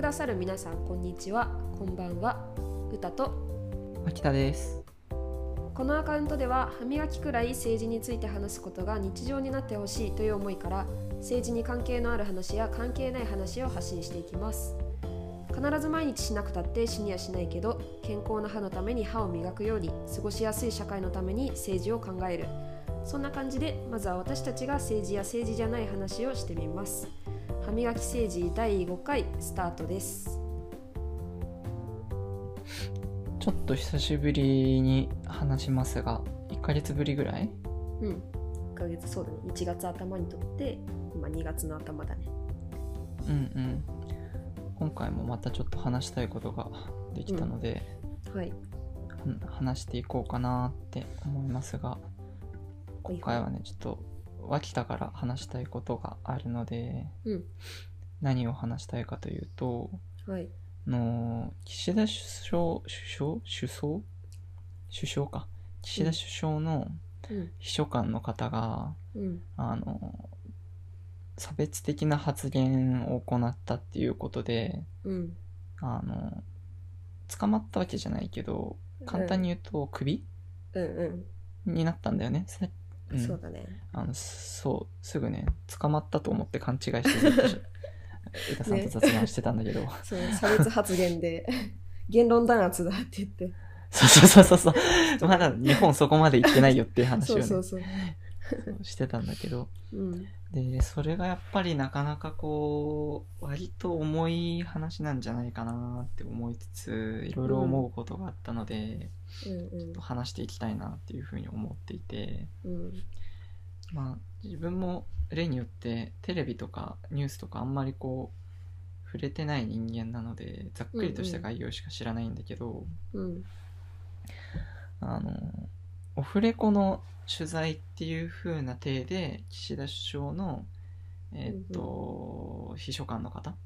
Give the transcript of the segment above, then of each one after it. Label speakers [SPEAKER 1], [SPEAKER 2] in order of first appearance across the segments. [SPEAKER 1] ださる皆さんこんにちはこんばんは歌と
[SPEAKER 2] 秋田です。
[SPEAKER 1] このアカウントでは歯磨きくらい政治について話すことが日常になってほしいという思いから政治に関係のある話や関係ない話を発信していきます必ず毎日しなくたって死にはしないけど健康な歯のために歯を磨くように過ごしやすい社会のために政治を考えるそんな感じでまずは私たちが政治や政治じゃない話をしてみます歯磨き政治第5回スタートです
[SPEAKER 2] ちょっと久しぶりに話しますが、1ヶ月ぶりぐらい
[SPEAKER 1] うん1ヶ月そうだね1月頭にとって今2月の頭だね
[SPEAKER 2] うんうん。今回もまたちょっと話したいことができたので、
[SPEAKER 1] はい
[SPEAKER 2] は話していこうかなって思いますが、今回はね、ちょっと脇田から話したいことがあるので、
[SPEAKER 1] うん
[SPEAKER 2] 何を話したいかというと、
[SPEAKER 1] はい
[SPEAKER 2] あの岸田首相、首相首相首相か。岸田首相の
[SPEAKER 1] うん
[SPEAKER 2] 秘書官の方が、
[SPEAKER 1] うん
[SPEAKER 2] あの差別的な発言を行ったっていうことで
[SPEAKER 1] うん
[SPEAKER 2] あの捕まったわけじゃないけど簡単に言うとクビ、
[SPEAKER 1] うんうん、
[SPEAKER 2] になったんだよねさうん
[SPEAKER 1] そうだね
[SPEAKER 2] あのそうすぐね捕まったと思って勘違いしてずっ とし歌さんと雑談してたんだけど、
[SPEAKER 1] そう差別発言で 言論弾圧だって言って
[SPEAKER 2] そうそうそうそうそうまだ日本そこまで行ってないよっていう話を
[SPEAKER 1] そ
[SPEAKER 2] ね
[SPEAKER 1] うそうそう
[SPEAKER 2] そうしてたんだけど
[SPEAKER 1] うん
[SPEAKER 2] でそれがやっぱりなかなかこう割と重い話なんじゃないかなって思いつついろいろ思うことがあったので、
[SPEAKER 1] うん
[SPEAKER 2] 話していきたいなっていうふうに思っていて
[SPEAKER 1] うん
[SPEAKER 2] まあ自分も例によってテレビとかニュースとかあんまりこう触れてない人間なのでざっくりとした概要しか知らないんだけど、
[SPEAKER 1] うん
[SPEAKER 2] あのオフレコの取材っていう風な体で岸田首相のえーっと、秘書官の方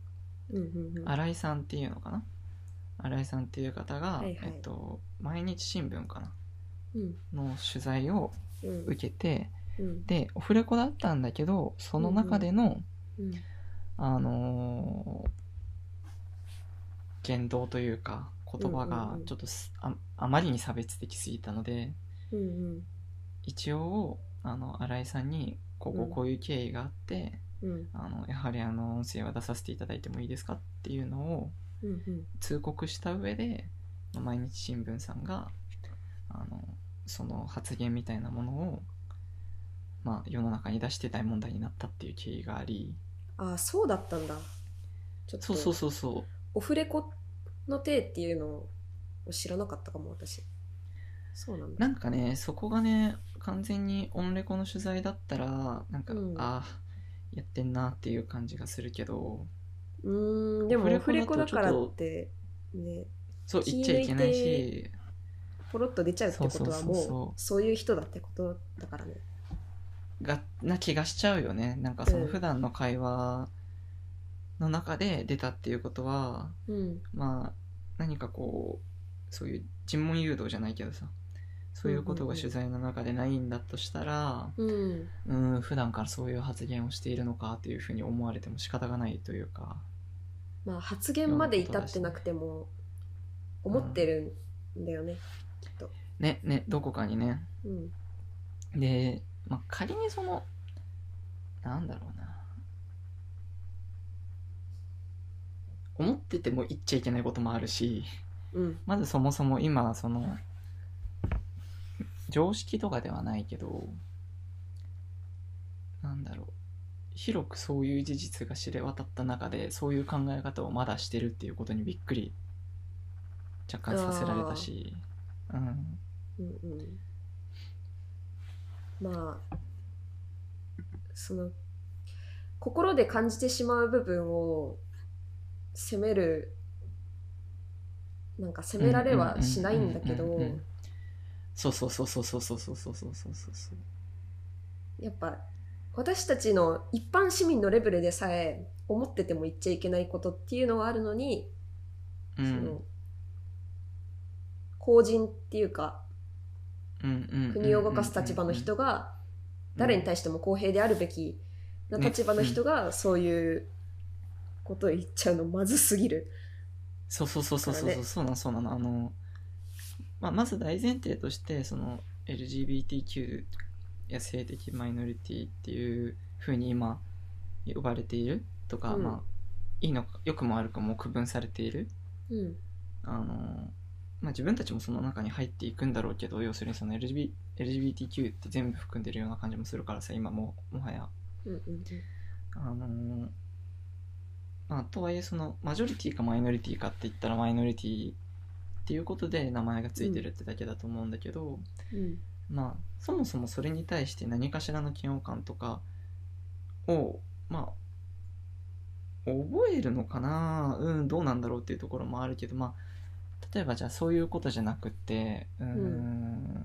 [SPEAKER 1] うんうんうん
[SPEAKER 2] 新井さんっていうのかな新井さんっていう方が、
[SPEAKER 1] はいはい
[SPEAKER 2] えっと、毎日新聞かな
[SPEAKER 1] うん
[SPEAKER 2] の取材を
[SPEAKER 1] うん
[SPEAKER 2] 受けて
[SPEAKER 1] うん
[SPEAKER 2] でオフレコだったんだけどその中での、
[SPEAKER 1] うん
[SPEAKER 2] あのー言動というか言
[SPEAKER 1] う
[SPEAKER 2] 葉
[SPEAKER 1] んう
[SPEAKER 2] が
[SPEAKER 1] んうん
[SPEAKER 2] ちょっとす、ああまりに差別的すぎたので
[SPEAKER 1] うん
[SPEAKER 2] 一応あの新井さんにこうこ
[SPEAKER 1] う
[SPEAKER 2] うんこういう経緯があって、
[SPEAKER 1] うん
[SPEAKER 2] あのやはりあの音声は出させていただいてもいいですかっていうのを
[SPEAKER 1] うんうん
[SPEAKER 2] 通告した上で毎日新聞さんがあのその発言みたいなものを、まあ、世の中に出して大問題になったっていう経緯があり
[SPEAKER 1] ああそうだったんだちょっと
[SPEAKER 2] そうそうそうそ
[SPEAKER 1] オフレコの手っていうのを知らなかったかも私そうなん
[SPEAKER 2] う
[SPEAKER 1] だ
[SPEAKER 2] なんかねそこがね完全にオンレコの取材だったらなんか、
[SPEAKER 1] うん
[SPEAKER 2] ああやってんなっていう感じがするけど
[SPEAKER 1] うーんでもオ
[SPEAKER 2] オ
[SPEAKER 1] フ
[SPEAKER 2] フ
[SPEAKER 1] レ
[SPEAKER 2] レ
[SPEAKER 1] コ
[SPEAKER 2] コ
[SPEAKER 1] だ
[SPEAKER 2] だと
[SPEAKER 1] からってね
[SPEAKER 2] そう
[SPEAKER 1] 気
[SPEAKER 2] 言っちゃいけない
[SPEAKER 1] 抜
[SPEAKER 2] し
[SPEAKER 1] ポロッと出ちゃうってことは
[SPEAKER 2] そうそうそうそう
[SPEAKER 1] もうそういう人だってことだからね
[SPEAKER 2] がな気がしちゃうよねなんかその
[SPEAKER 1] うん
[SPEAKER 2] 普段の会話の中で出たっていうことは
[SPEAKER 1] うん
[SPEAKER 2] まあ何かこうそういう尋問誘導じゃないけどさそういうことが取材の中でないんだとしたら、
[SPEAKER 1] うん
[SPEAKER 2] うん普段からそういう発言をしているのかというふうに思われても仕方がないというか
[SPEAKER 1] まあ発言まで至ってなくても思ってるんだよね、きっと。
[SPEAKER 2] ねねどこかにね
[SPEAKER 1] うん
[SPEAKER 2] で、まあ、仮にそのなんだろうな思ってても言っちゃいけないこともあるし
[SPEAKER 1] うん
[SPEAKER 2] まずそもそも今その常識とかではないけどなんだろう広くそういう事実が知れ渡った中でそういう考え方をまだしてるっていうことにびっくり若干させられたし、うん、
[SPEAKER 1] うんうんまあその心で感じてしまう部分を責めるなんか責められはしないんだけ
[SPEAKER 2] うう
[SPEAKER 1] ど
[SPEAKER 2] ううんうんそうそうそうそうそうそうそうそうそうそうそう
[SPEAKER 1] やっぱ私たちの一般市民のレベルでさえ思ってても言っちゃいけないことっていうのはあるのにそ
[SPEAKER 2] うん
[SPEAKER 1] の公人っていうか
[SPEAKER 2] うんうん
[SPEAKER 1] 国を動かす立場の人が誰に対しても公平であるべきな立場の人がそういうこと言っちゃうのまずすぎる
[SPEAKER 2] そうそうそうそうそうそうそうなのそうなのあの、まあ、まず大前提としてその LGBTQ や性的マイノリティっていうふうに今呼ばれているとか、
[SPEAKER 1] うん
[SPEAKER 2] まあいいのか良くも悪くも区分されている
[SPEAKER 1] うん
[SPEAKER 2] あの、まあ、自分たちもその中に入っていくんだろうけど要するにその LGB LGBTQ って全部含んでるような感じもするからさ今ももはや
[SPEAKER 1] うんうんうん
[SPEAKER 2] あのーまあ、とはいえそのマジョリティかマイノリティかって言ったらマイノリティっていうことで名前がついてるってだけだと思うんだけど、
[SPEAKER 1] うん
[SPEAKER 2] まあそもそもそれに対して何かしらの嫌悪感とかをまあ覚えるのかなうんどうなんだろうっていうところもあるけどまあ例えばじゃあそういうことじゃなくってうーん
[SPEAKER 1] うん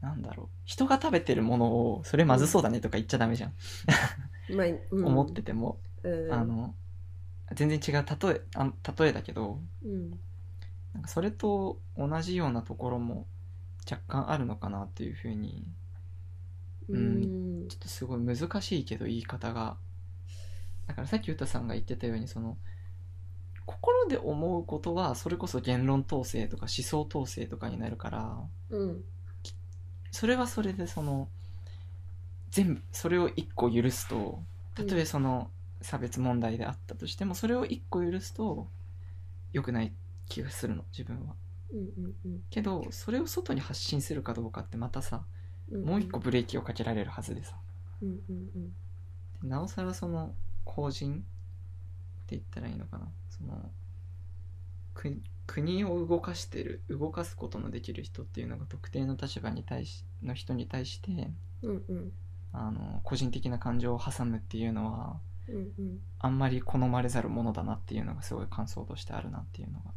[SPEAKER 2] なんだろう人が食べてるものをそれまずそうだねとか言っちゃダメじゃん、
[SPEAKER 1] まあうん
[SPEAKER 2] 思ってても
[SPEAKER 1] うん
[SPEAKER 2] あの全然違う例えあの例えだけど
[SPEAKER 1] うん
[SPEAKER 2] なんかそれと同じようなところも若干あるのかなっていうふうに
[SPEAKER 1] う
[SPEAKER 2] うん
[SPEAKER 1] ん
[SPEAKER 2] ちょっとすごい難しいけど言い方がだからさっき歌さんが言ってたようにその心で思うことはそれこそ言論統制とか思想統制とかになるから
[SPEAKER 1] うん
[SPEAKER 2] それはそれでその全部それを一個許すとたとえその差別問題であったとしてもそれを一個許すと良くない気がするの自分は
[SPEAKER 1] うんうん
[SPEAKER 2] けどそれを外に発信するかどうかってまたさ
[SPEAKER 1] うん
[SPEAKER 2] もう一個ブレーキをかけられるはずでさ
[SPEAKER 1] うんうん
[SPEAKER 2] なおさらその公人って言ったらいいのかなそのく国を動かしてる動かすことのできる人っていうのが特定の立場に対しの人に対して
[SPEAKER 1] うんうんうん
[SPEAKER 2] あの個人的な感情を挟むっていうのは
[SPEAKER 1] うんうん
[SPEAKER 2] あんまり好まれざるものだなっていうのがすごい感想としてあるなっていうのが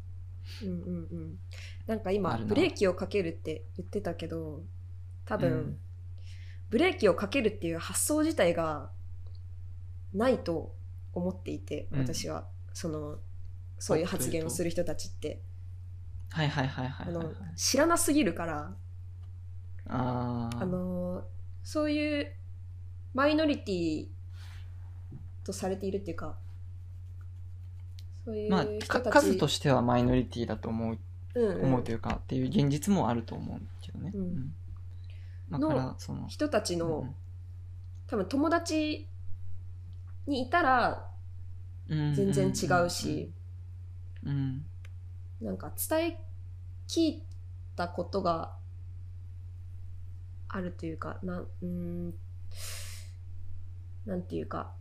[SPEAKER 1] うんうんうんなんか今
[SPEAKER 2] あるな
[SPEAKER 1] ブレーキをかけるって言ってたけど多分、
[SPEAKER 2] うん
[SPEAKER 1] ブレーキをかけるっていう発想自体がないと思っていて
[SPEAKER 2] うん
[SPEAKER 1] 私は、そのそういう発言をする人たちって
[SPEAKER 2] はいはいはいは
[SPEAKER 1] あ
[SPEAKER 2] いはい、は
[SPEAKER 1] の
[SPEAKER 2] い、
[SPEAKER 1] 知らなすぎるから
[SPEAKER 2] あー
[SPEAKER 1] あのそういうマイノリティとされているっていうかそうい
[SPEAKER 2] まあ
[SPEAKER 1] う人
[SPEAKER 2] か
[SPEAKER 1] たち、
[SPEAKER 2] 数としてはマイノリティだと思う
[SPEAKER 1] うんうん
[SPEAKER 2] 思うというかっていう現実もあると思うけどね、
[SPEAKER 1] うん
[SPEAKER 2] まあ
[SPEAKER 1] の
[SPEAKER 2] からその
[SPEAKER 1] 人たちの、多分友達にいたら全
[SPEAKER 2] 全
[SPEAKER 1] 然違うし、
[SPEAKER 2] うんうん
[SPEAKER 1] なんか伝え聞いたことがあるというかなんうーんなんていうか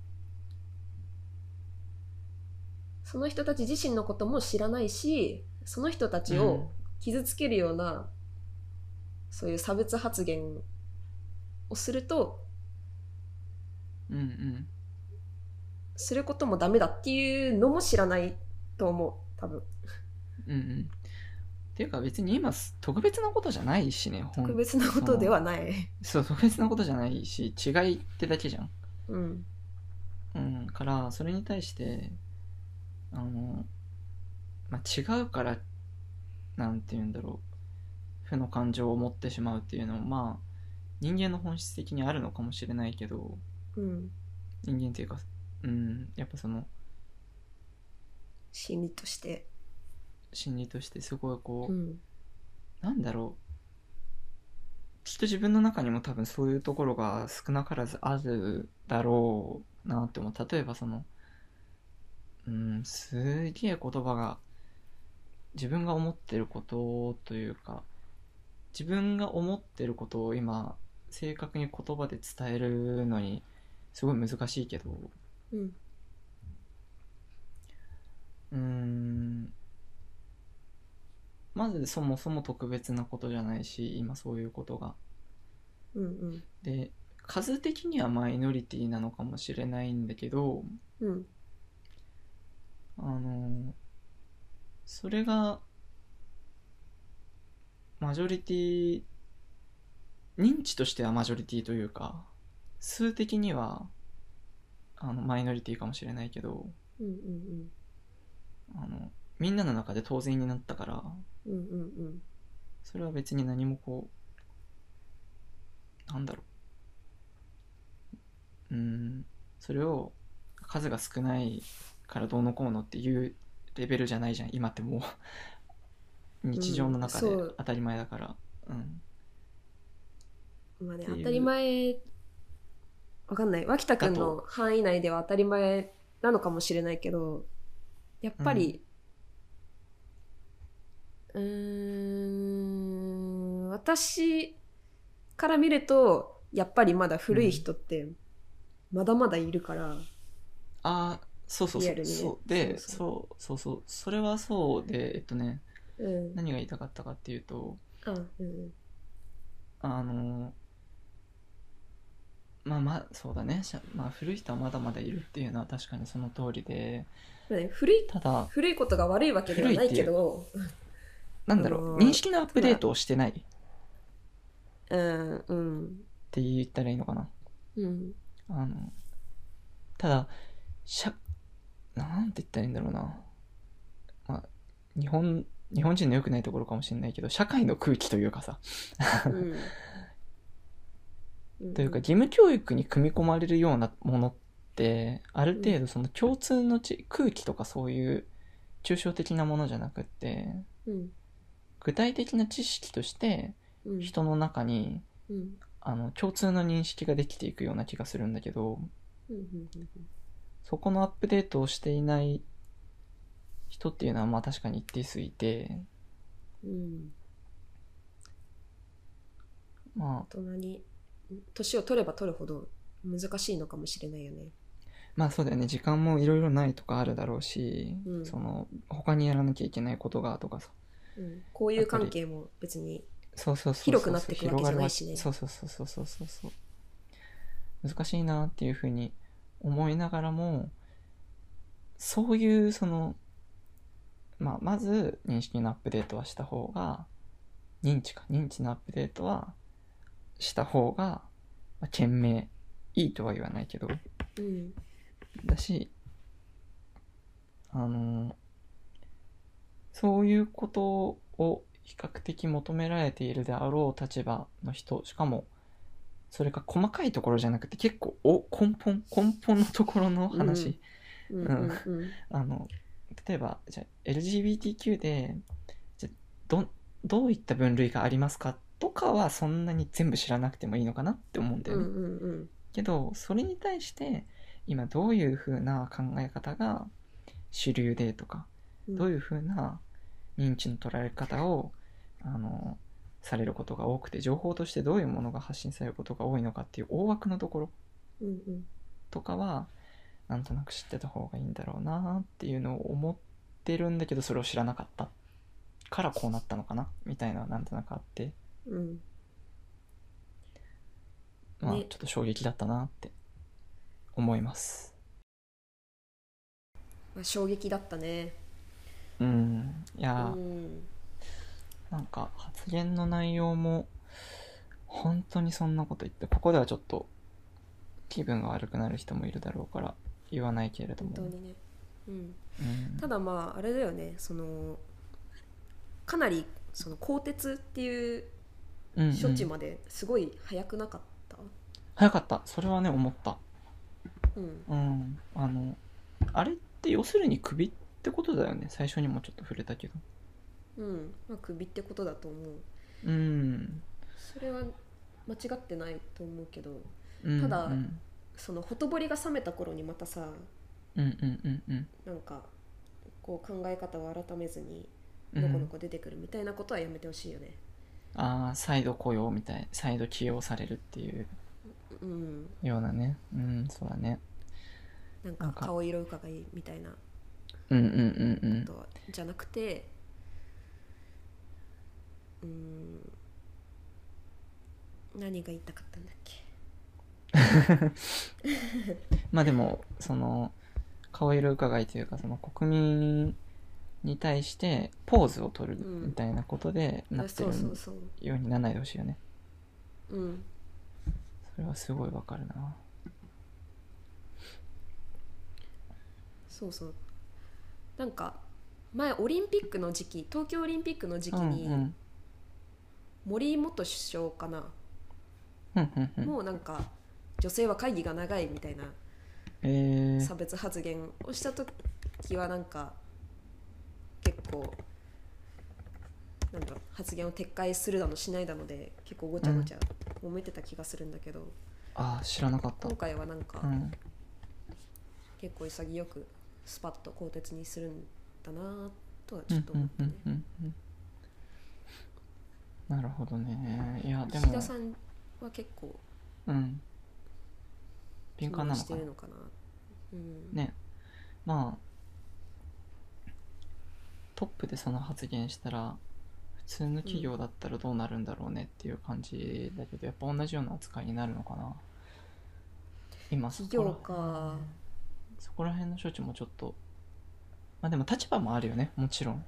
[SPEAKER 1] その人たち自身のことも知らないしその人たちを傷つけるような、そういう差別発言をすると
[SPEAKER 2] うんうん
[SPEAKER 1] することもダメだっていうのも知らないと思う多分
[SPEAKER 2] うんうんっていうか別に今す特別なことじゃないしねほん
[SPEAKER 1] 特別なことではない。
[SPEAKER 2] そう特別なことじゃないし違いってだけじゃん、
[SPEAKER 1] うん
[SPEAKER 2] うん、からそれに対してあの、まあ、違うからなんて言うんだろう負の感情を持ってしまうっていうのもまあ人間の本質的にあるのかもしれないけど、
[SPEAKER 1] うん
[SPEAKER 2] 人間っていうかうんやっぱその
[SPEAKER 1] 心理として。
[SPEAKER 2] 心理としてすごいこう、
[SPEAKER 1] うん
[SPEAKER 2] なんだろうきっと自分の中にも多分そういうところが少なからずあるだろうなって思う例えばそのうんすげえ言葉が自分が思ってることというか自分が思ってることを今正確に言葉で伝えるのにすごい難しいけど、
[SPEAKER 1] うん
[SPEAKER 2] うーんまずそもそも特別なことじゃないし今そういうことが
[SPEAKER 1] うん
[SPEAKER 2] で数的にはマイノリティなのかもしれないんだけど
[SPEAKER 1] うんうん
[SPEAKER 2] あのそれがマジョリティ認知としてはマジョリティというか数的にはあのマイノリティかもしれないけど
[SPEAKER 1] うんうん
[SPEAKER 2] あのみんなの中で当然になったから
[SPEAKER 1] うんうんうんうん
[SPEAKER 2] それは別に何もこうなんだろううーんそれを数が少ないからどうのこうのっていうレベルじゃないじゃん今っ てもう日常の中
[SPEAKER 1] うんそ
[SPEAKER 2] で
[SPEAKER 1] う
[SPEAKER 2] 当たり前だから、うん
[SPEAKER 1] まあね
[SPEAKER 2] っていう
[SPEAKER 1] 当たり前わかんない脇田君
[SPEAKER 2] だ
[SPEAKER 1] の範囲内では当たり前なのかもしれないけどやっぱりうーん私から見るとやっぱりまだ古い人ってまだまだいるから、
[SPEAKER 2] ああそうそう
[SPEAKER 1] リ
[SPEAKER 2] そ
[SPEAKER 1] アル
[SPEAKER 2] う
[SPEAKER 1] にね
[SPEAKER 2] そうで
[SPEAKER 1] そ
[SPEAKER 2] そうそうそうそれはそうでえっとね
[SPEAKER 1] うん
[SPEAKER 2] 何が言いたかったかっていうと
[SPEAKER 1] あうん
[SPEAKER 2] あのまあまあそうだね、しゃまあ、古い人はまだまだいるっていうのは確かにその通りで
[SPEAKER 1] まあね、古い
[SPEAKER 2] ただ
[SPEAKER 1] 古いことが悪いわけではないけど
[SPEAKER 2] なんだろ
[SPEAKER 1] う
[SPEAKER 2] うん認識のアップデートをしてないっ
[SPEAKER 1] うんうん
[SPEAKER 2] て言ったらいいのかな
[SPEAKER 1] うん
[SPEAKER 2] あのただしゃなんて言ったらいいんだろうな、まあ、日本日本人の良くないところかもしれないけど社会の空気というかさ
[SPEAKER 1] うん
[SPEAKER 2] というか義務教育に組み込まれるようなものってある程度その共通のち空気とかそういう抽象的なものじゃなくって
[SPEAKER 1] うん
[SPEAKER 2] 具体的な知識として
[SPEAKER 1] うん
[SPEAKER 2] 人の中に
[SPEAKER 1] うん
[SPEAKER 2] あの共通の認識ができていくような気がするんだけど
[SPEAKER 1] うんうんうん
[SPEAKER 2] そこのアップデートをしていない人っていうのはまあ確かに一定数いて
[SPEAKER 1] うん
[SPEAKER 2] まあ
[SPEAKER 1] 大人に年を取れば取るほど難しいのかもしれないよね。
[SPEAKER 2] まあそうだよね時間もいろいろないとかあるだろうし、
[SPEAKER 1] うん
[SPEAKER 2] その他にやらなきゃいけないことがとかさ
[SPEAKER 1] うん、こういう関係も別に。
[SPEAKER 2] そうそうそうそう
[SPEAKER 1] 広くなっていくわけじゃないしね
[SPEAKER 2] 広がるわそうそうそうそうそうそうそう難しいなっていうふうに思いながらもそういうその、まあ、まず認識のアップデートはした方が認知か認知のアップデートはした方が、まあ、賢明いいとは言わないけど
[SPEAKER 1] うん
[SPEAKER 2] だしあのそういうことを比較的求められているであろう立場の人しかもそれが細かいところじゃなくて結構お根本根本のところの話、
[SPEAKER 1] うん
[SPEAKER 2] うん
[SPEAKER 1] うん
[SPEAKER 2] あの例えばじゃあ LGBTQ でじゃあどどういった分類がありますかとかはそんなに全部知らなくてもいいのかなって思うんだ
[SPEAKER 1] うんう
[SPEAKER 2] よね。
[SPEAKER 1] んうん
[SPEAKER 2] けどそれに対して今どういう風な考え方が主流でとか
[SPEAKER 1] うん
[SPEAKER 2] どういう風な認知の捉え方をあのされることが多くて情報としてどういうものが発信されることが多いのかっていう大枠のところ
[SPEAKER 1] うんうん
[SPEAKER 2] とかはなんとなく知ってた方がいいんだろうなっていうのを思ってるんだけどそれを知らなかったからこうなったのかなみたいなのはなんとなくあって、
[SPEAKER 1] うん
[SPEAKER 2] まあ、ちょ
[SPEAKER 1] ね
[SPEAKER 2] っと衝撃だったなって思います。
[SPEAKER 1] まあ、衝撃だったね。
[SPEAKER 2] うん、いや
[SPEAKER 1] う
[SPEAKER 2] ー、
[SPEAKER 1] ん
[SPEAKER 2] なんか発言の内容も本当にそんなこと言ってここではちょっと気分が悪くなる人もいるだろうから言わないけれど
[SPEAKER 1] 本
[SPEAKER 2] も
[SPEAKER 1] 当にね。うん、
[SPEAKER 2] うん
[SPEAKER 1] ただまああれだよねそのかなりその鋼鉄っていう
[SPEAKER 2] うんうん
[SPEAKER 1] 処置まですごい早くなかった。
[SPEAKER 2] 早かったそれはね思った
[SPEAKER 1] うん
[SPEAKER 2] うんあのあれって要するに首ってことだよね最初にもちょっと触れたけど
[SPEAKER 1] うんまあ、首ってことだと思う。
[SPEAKER 2] うん、
[SPEAKER 1] それは間違ってないと思うけど
[SPEAKER 2] うん、
[SPEAKER 1] ただ
[SPEAKER 2] うん
[SPEAKER 1] そのほとぼりが冷めた頃にまたさ
[SPEAKER 2] うんうんうんうん
[SPEAKER 1] なんかこう考え方を改めずに
[SPEAKER 2] うん
[SPEAKER 1] のこのこ出てくるみたいなことはやめてほしいよね。
[SPEAKER 2] ああ再度雇用みたい再度起用されるっていう
[SPEAKER 1] うん、
[SPEAKER 2] ようなねうんそうだね
[SPEAKER 1] なん
[SPEAKER 2] な
[SPEAKER 1] か
[SPEAKER 2] んか
[SPEAKER 1] 顔色うかがいいみたいな
[SPEAKER 2] うんうんうんうん
[SPEAKER 1] ことはじゃなくて、うん、何が言いたかったんだっけ
[SPEAKER 2] まあでもその顔色伺いというかその国民に対してポーズを取るみたいなことでな
[SPEAKER 1] あ
[SPEAKER 2] って
[SPEAKER 1] そ
[SPEAKER 2] る
[SPEAKER 1] うそうそう。
[SPEAKER 2] ようにならないでほしいよね
[SPEAKER 1] うん、
[SPEAKER 2] それはすごいわかるな
[SPEAKER 1] そうそう。なんか前オリンピックの時期東京オリンピックの時期
[SPEAKER 2] うんう
[SPEAKER 1] に、
[SPEAKER 2] ん
[SPEAKER 1] 森元首相かな、
[SPEAKER 2] うんうんうん
[SPEAKER 1] もうなんか女性は会議が長いみたいな
[SPEAKER 2] えー
[SPEAKER 1] 差別発言をした時はなんか結構なんだろう発言を撤回するだのしないだので結構ごちゃごちゃ揉めてた気がするんだけど、
[SPEAKER 2] あー知らなかった
[SPEAKER 1] 今回はなんか
[SPEAKER 2] うん
[SPEAKER 1] 結構潔くスパッと鋼鉄にするんだなとは
[SPEAKER 2] う
[SPEAKER 1] ちょっ
[SPEAKER 2] ん
[SPEAKER 1] と
[SPEAKER 2] う
[SPEAKER 1] 思っ
[SPEAKER 2] ん
[SPEAKER 1] て
[SPEAKER 2] う
[SPEAKER 1] ね
[SPEAKER 2] んうんうんなるほどねいやで
[SPEAKER 1] 石
[SPEAKER 2] も
[SPEAKER 1] 田さんは結構
[SPEAKER 2] うん敏感なの
[SPEAKER 1] して
[SPEAKER 2] かな
[SPEAKER 1] るのかな、うん、
[SPEAKER 2] ねまあトップでその発言したら普通の企業だったらどうなるんだろうねっていう感じだけど、やっぱ同じような扱いになるのかな今そこら
[SPEAKER 1] 企業
[SPEAKER 2] 辺
[SPEAKER 1] か
[SPEAKER 2] そこら辺の処置もちょっとまあでも立場もあるよねもちろん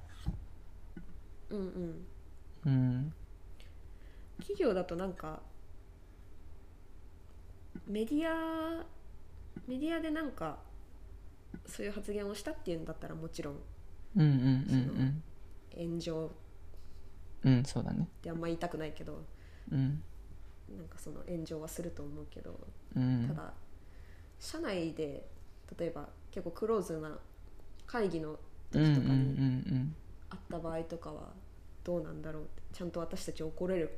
[SPEAKER 1] うんうん
[SPEAKER 2] うん
[SPEAKER 1] 企業だとなんかメディアメディアでなんかそういう発言をしたっていうんだったらもちろん
[SPEAKER 2] うんうんうん
[SPEAKER 1] 炎上
[SPEAKER 2] うんうんそうだね
[SPEAKER 1] ってあんま言いたくないけど
[SPEAKER 2] うん
[SPEAKER 1] なんかその炎上はすると思うけど
[SPEAKER 2] うん
[SPEAKER 1] ただ社内で例えば結構クローズな会議の
[SPEAKER 2] うんうん
[SPEAKER 1] 時とかに
[SPEAKER 2] うん
[SPEAKER 1] あった場合とかはどうなんだろうってちゃんと私たち怒れる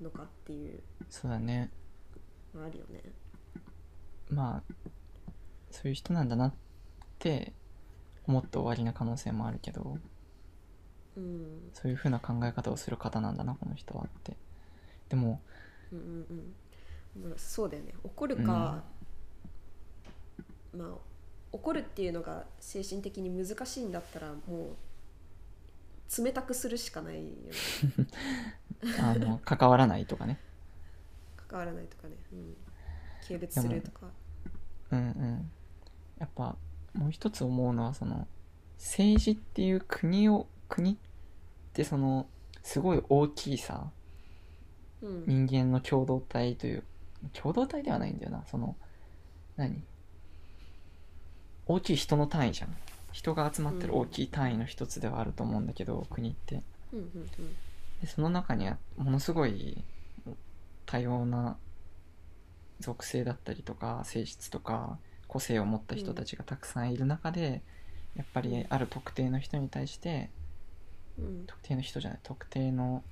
[SPEAKER 1] のかっていう
[SPEAKER 2] うんそうだね
[SPEAKER 1] のあるよね。
[SPEAKER 2] まあそういう人なんだなって思って終わりな可能性もあるけど
[SPEAKER 1] うん
[SPEAKER 2] そういうふうな考え方をする方なんだなこの人はってでも
[SPEAKER 1] うんうんうんまあ、そうだよね怒るか、まあ怒るっていうのが精神的に難しいんだったらもう冷たくするしかないよね
[SPEAKER 2] あの関わらないとかね
[SPEAKER 1] 関わらないとかね、うん、軽蔑するとか
[SPEAKER 2] うんうんやっぱもう一つ思うのはその政治っていう国を国ってそのすごい大きいさ
[SPEAKER 1] うん
[SPEAKER 2] 人間の共同体という共同体ではないんだよなその何大きい人の単位じゃん人が集まってる大きい単位の一つではあると思うんだけど、国って
[SPEAKER 1] うんうんうん
[SPEAKER 2] でその中にはものすごい多様な属性だったりとか性質とか個性を持った人たちがたくさんいる中で、やっぱりある特定の人に対して
[SPEAKER 1] うん
[SPEAKER 2] 特定の人じゃない特定の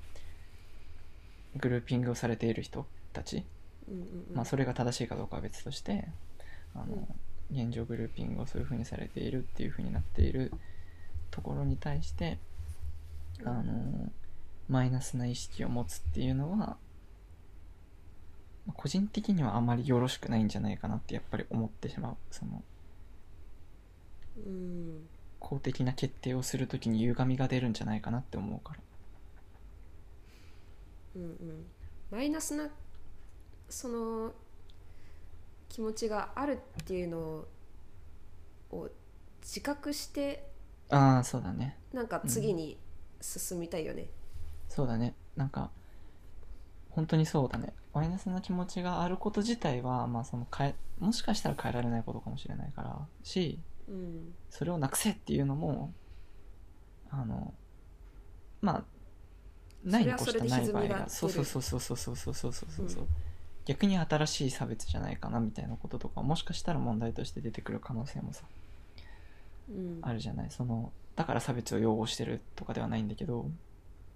[SPEAKER 2] グルーピングをされている人たち
[SPEAKER 1] うんうんうん
[SPEAKER 2] まあ、それが正しいかどうかは別としてあの現状グルーピングをそういうふうにされているっていうふうになっているところに対してあのマイナスな意識を持つっていうのはまあ個人的にはあまりよろしくないんじゃないかなってやっぱり思ってしまうその
[SPEAKER 1] うん
[SPEAKER 2] 公的な決定をするときに歪みが出るんじゃないかなって思うから
[SPEAKER 1] うんうんマイナスなその気持ちがあるっていうのを自覚して
[SPEAKER 2] ああそうだね
[SPEAKER 1] なんか次に進みたいよね。
[SPEAKER 2] そうだねなんか本当にそうだねマイナスな気持ちがあること自体は、まあ、その変えもしかしたら変えられないことかもしれないからし
[SPEAKER 1] うん、
[SPEAKER 2] それをなくせっていうのもあのまあないに越したない場合が
[SPEAKER 1] そ
[SPEAKER 2] そう
[SPEAKER 1] れ
[SPEAKER 2] そ
[SPEAKER 1] はそ
[SPEAKER 2] うそうそうそうそうそうそうそうそう
[SPEAKER 1] う
[SPEAKER 2] 逆に新しい差別じゃないかなみたいなこととかもしかしたら問題として出てくる可能性もさ
[SPEAKER 1] うん、
[SPEAKER 2] あるじゃないそのだから差別を擁護してるとかではないんだけど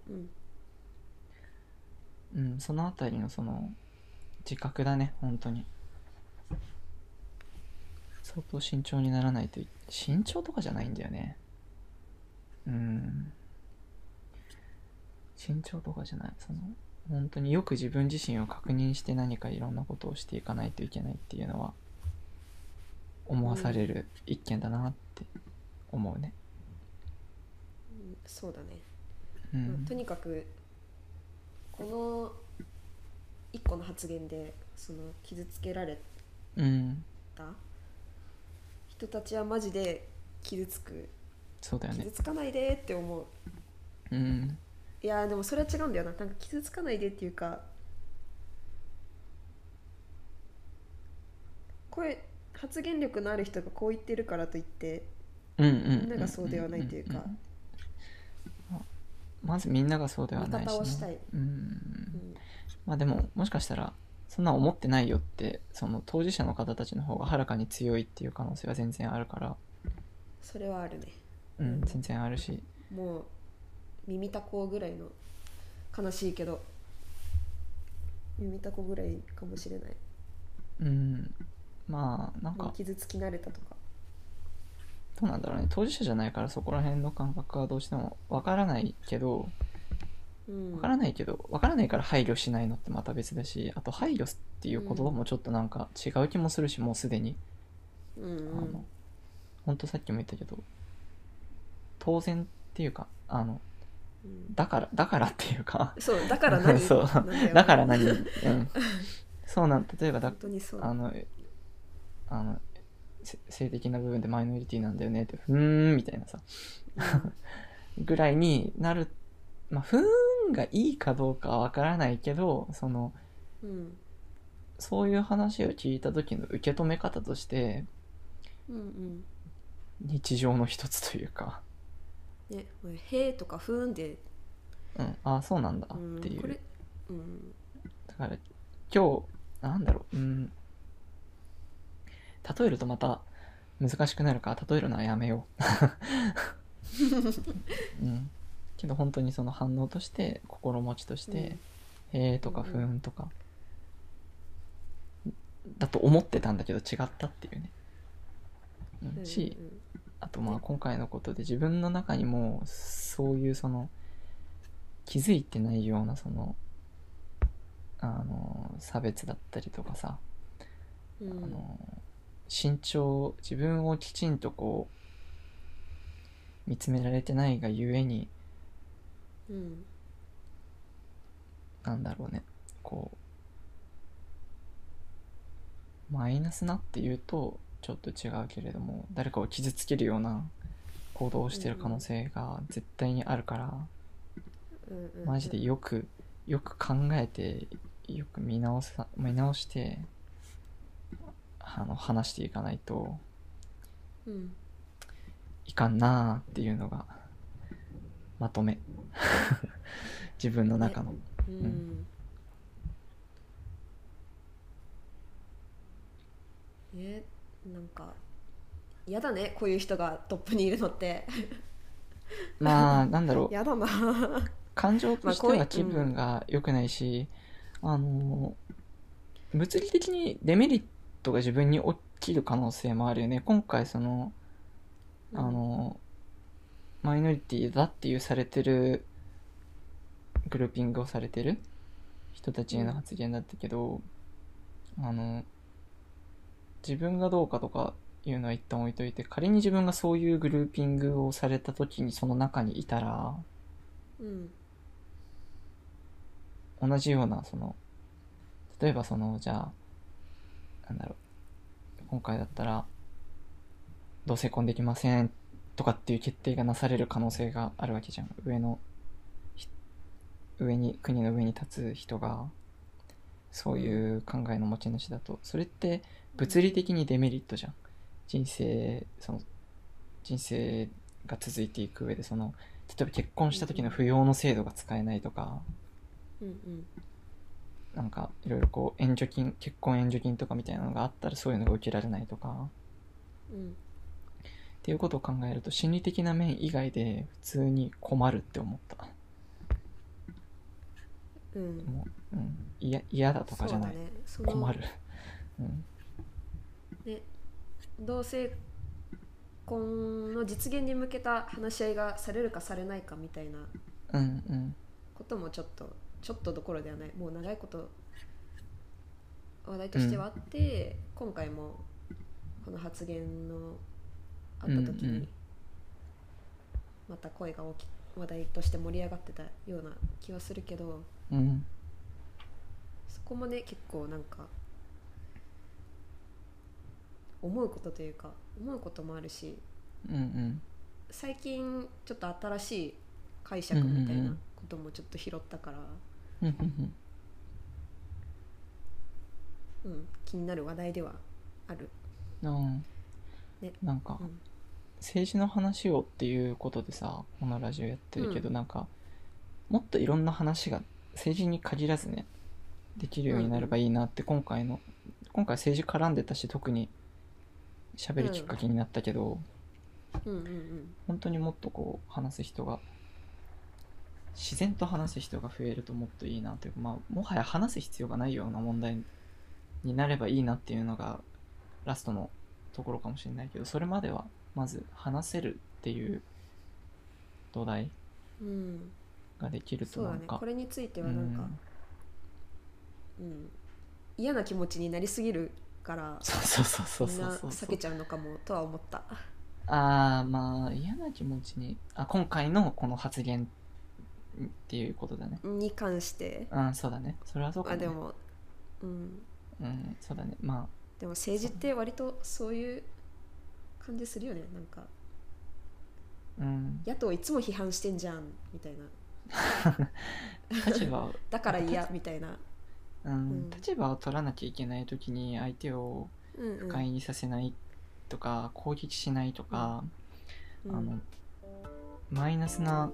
[SPEAKER 1] うん、
[SPEAKER 2] うん、そのあたりのその自覚だね本当に相当慎重にならないとい慎重とかじゃないんだよねうん慎重とかじゃないその本当によく自分自身を確認して何かいろんなことをしていかないといけないっていうのは思わされる一件だなって思うね
[SPEAKER 1] そうだね。
[SPEAKER 2] う
[SPEAKER 1] ま
[SPEAKER 2] ん
[SPEAKER 1] あとにかくこの一個の発言でその傷つけられ
[SPEAKER 2] うん
[SPEAKER 1] た人たちはマジで傷つく
[SPEAKER 2] そうだよね
[SPEAKER 1] 傷つかないでって思う。
[SPEAKER 2] うん
[SPEAKER 1] いやーでもそれは違うんだよななんか傷つかないでっていうか声発言力のある人がこう言ってるからといって
[SPEAKER 2] うんうん
[SPEAKER 1] みんながそうではないというか
[SPEAKER 2] んんんまあまずみんながそうでは
[SPEAKER 1] 味
[SPEAKER 2] ないしね、
[SPEAKER 1] 方をしたい、
[SPEAKER 2] う
[SPEAKER 1] うんん
[SPEAKER 2] まあでももしかしたらそんな思ってないよってその当事者の方たちの方がはるかに強いっていう可能性は全然あるから、
[SPEAKER 1] それはあるね
[SPEAKER 2] うん、全然あるし
[SPEAKER 1] もう耳たこぐらいの悲しいけど耳たこぐらいかもしれない
[SPEAKER 2] うんまあなん
[SPEAKER 1] も
[SPEAKER 2] か
[SPEAKER 1] う傷つき慣れたとか
[SPEAKER 2] どうなんだろうね当事者じゃないからそこら辺の感覚はどうしてもわからないけど
[SPEAKER 1] うん
[SPEAKER 2] わからないけどわからないから配慮しないのってまた別だしあと配慮っていう言葉もちょっとなんか違う気もするしもうすでに
[SPEAKER 1] うんう
[SPEAKER 2] あの
[SPEAKER 1] ん
[SPEAKER 2] ほんとさっきも言ったけど当然っていうかあの
[SPEAKER 1] うん
[SPEAKER 2] だからだからっていう か
[SPEAKER 1] そうだから何
[SPEAKER 2] そう
[SPEAKER 1] なんよ
[SPEAKER 2] だから何、 うん、そうなん例えばだ
[SPEAKER 1] 本当にそう
[SPEAKER 2] あのえあのせ性的な部分でマイノリティなんだよねってふーんみたいなさ ぐらいになるまあふーんがいいかどうかはわからないけどその
[SPEAKER 1] うん
[SPEAKER 2] そういう話を聞いた時の受け止め方として
[SPEAKER 1] うん
[SPEAKER 2] 日常の一つというか、
[SPEAKER 1] うんねもうへーとかふーんで、
[SPEAKER 2] うん、ああそうなんだ
[SPEAKER 1] うん
[SPEAKER 2] っていう、
[SPEAKER 1] これうん
[SPEAKER 2] だから今日なんだろううん例えるとまた難しくなるから例えるのはやめよ う、うん、けど本当にその反応として心持ちとして「へえ」とか
[SPEAKER 1] う
[SPEAKER 2] 「
[SPEAKER 1] んうん
[SPEAKER 2] ふーん」とか、だと思ってたんだけど違ったっていうね、うん、し、
[SPEAKER 1] うん
[SPEAKER 2] あとまあ今回のことで自分の中にもそういうその気づいてないようなそのあの差別だったりとかさ、
[SPEAKER 1] うんうん
[SPEAKER 2] あの身長自分をきちんとこう見つめられてないがゆえに
[SPEAKER 1] うん
[SPEAKER 2] なんだろうねこうマイナスなっていうとちょっと違うけれども誰かを傷つけるような行動をしてる可能性が絶対にあるから。
[SPEAKER 1] うんうんうん
[SPEAKER 2] マジでよくよく考えてよく見直さ見直してあの話していかないと
[SPEAKER 1] うん
[SPEAKER 2] いかんなーっていうのがまとめ 自分の中の、
[SPEAKER 1] うんんえなんか嫌だねこういう人がトップにいるのって
[SPEAKER 2] まあなんだろう
[SPEAKER 1] 嫌だな
[SPEAKER 2] 感情と
[SPEAKER 1] まあ
[SPEAKER 2] し
[SPEAKER 1] こう
[SPEAKER 2] て
[SPEAKER 1] い
[SPEAKER 2] は気分が良くないし、あの物理的にデメリットが自分に起きる可能性もあるよね今回そのあのマイノリティだっていうされてるグルーピングをされてる人たちへの発言だったけど、あの自分がどうかとかいうのは一旦置いといて仮に自分がそういうグルーピングをされた時にその中にいたら
[SPEAKER 1] うん
[SPEAKER 2] 同じようなその例えばそのじゃあなんだろう今回だったら同性婚できませんとかっていう決定がなされる可能性があるわけじゃん上のひ上に国の上に立つ人がそういう考えの持ち主だとそれって物理的にデメリットじゃん人生その人生が続いていく上でその例えば結婚した時の扶養の制度が使えないとか
[SPEAKER 1] うんうん
[SPEAKER 2] なんかいろいろこう援助金結婚援助金とかみたいなのがあったらそういうのが受けられないとか
[SPEAKER 1] うん
[SPEAKER 2] っていうことを考えると心理的な面以外で普通に困るって思った、
[SPEAKER 1] うん
[SPEAKER 2] うん、いや嫌だとかじゃない、
[SPEAKER 1] そうだねその
[SPEAKER 2] 困る、うん、
[SPEAKER 1] ね同性婚の実現に向けた話し合いがされるかされないかみたいな
[SPEAKER 2] うんうん
[SPEAKER 1] こともちょっとちょっとどころではないもう長いこと話題としてはあって、今回もこの発言のあった時
[SPEAKER 2] うんう
[SPEAKER 1] に
[SPEAKER 2] ん
[SPEAKER 1] また声が大き話題として盛り上がってたような気はするけど
[SPEAKER 2] うん
[SPEAKER 1] そこもね結構なんか思うことというか思うこともあるし
[SPEAKER 2] うんうん
[SPEAKER 1] 最近ちょっと新しい解釈みたい
[SPEAKER 2] うんうんう
[SPEAKER 1] なんこともちょっと拾ったから、
[SPEAKER 2] うんうん
[SPEAKER 1] うん、気になる話題ではある。
[SPEAKER 2] うん
[SPEAKER 1] ね
[SPEAKER 2] なんか
[SPEAKER 1] うん
[SPEAKER 2] 政治の話をっていうことでさこのラジオやってるけど、
[SPEAKER 1] う
[SPEAKER 2] なんかもっといろんな話が政治に限らずねできるようになればいいなって今回の今回政治絡んでたし特に喋るきっかけになったけど、
[SPEAKER 1] うんうんうん
[SPEAKER 2] 本当にもっとこう話す人が自然と話す人が増えるともっといいなというか、まあ、もはや話す必要がないような問題になればいいなっていうのがラストのところかもしれないけどそれまではまず話せるっていう土台
[SPEAKER 1] うん
[SPEAKER 2] ができると
[SPEAKER 1] そう
[SPEAKER 2] な
[SPEAKER 1] だ
[SPEAKER 2] ん
[SPEAKER 1] ね
[SPEAKER 2] か
[SPEAKER 1] これについてはなんか、うん、嫌な気持ちになりすぎるから
[SPEAKER 2] そうそうそうそう
[SPEAKER 1] みん
[SPEAKER 2] そ
[SPEAKER 1] な
[SPEAKER 2] うそう
[SPEAKER 1] 避けちゃうのかもとは思った
[SPEAKER 2] ああまあ嫌な気持ちにあ今回のこの発言っていうことだね
[SPEAKER 1] に関して
[SPEAKER 2] うんそうだねそれはそうかも
[SPEAKER 1] あ
[SPEAKER 2] ね
[SPEAKER 1] でも、うん、
[SPEAKER 2] うんそうだねま
[SPEAKER 1] でも政治って割とそういう感じするよねなんか
[SPEAKER 2] あうん
[SPEAKER 1] 野党いつも批判してんじゃんみたいな
[SPEAKER 2] 立場を、
[SPEAKER 1] だから嫌みたいな、
[SPEAKER 2] う
[SPEAKER 1] うん
[SPEAKER 2] ん、立場を取らなきゃいけない時に相手を
[SPEAKER 1] うんうん
[SPEAKER 2] 不快にさせないとか攻撃しないとか、
[SPEAKER 1] うん
[SPEAKER 2] あのマイナスな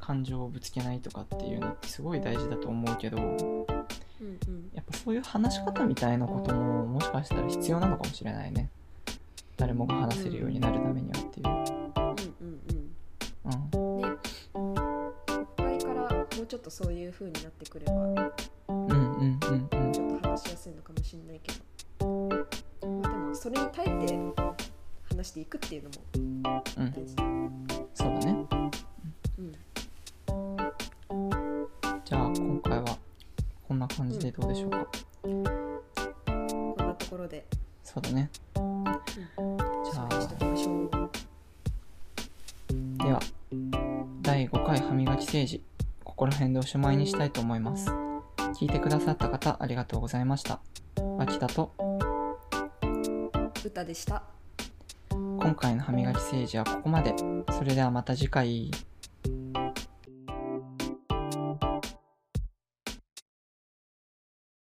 [SPEAKER 2] 感情をぶつけないとかっていうのってすごい大事だと思うけど
[SPEAKER 1] うんうん
[SPEAKER 2] やっぱそういう話し方みたいなことももしかしたら必要なのかもしれないね誰もが話せるようになるためにはっていう、
[SPEAKER 1] うんうんうん
[SPEAKER 2] うん、
[SPEAKER 1] ね国会からもうちょっとそういう風になってくれば
[SPEAKER 2] うんうんうんうん
[SPEAKER 1] ちょっと話しやすいのかもしれないけど、まあ、でもそれに耐えて話していくっていうのも
[SPEAKER 2] うん
[SPEAKER 1] 大事だ、
[SPEAKER 2] そうだね
[SPEAKER 1] うん
[SPEAKER 2] じゃあ今回はこんな感じでどうでしょうか、
[SPEAKER 1] こんなところで
[SPEAKER 2] そうだねじゃ
[SPEAKER 1] 紹介してお
[SPEAKER 2] あ
[SPEAKER 1] きましょう
[SPEAKER 2] では第5回歯磨き政治ここら辺でおしまいにしたいと思います聞いてくださった方ありがとうございました秋田と
[SPEAKER 1] 歌でした
[SPEAKER 2] 今回の歯磨き政治はここまでそれではまた次回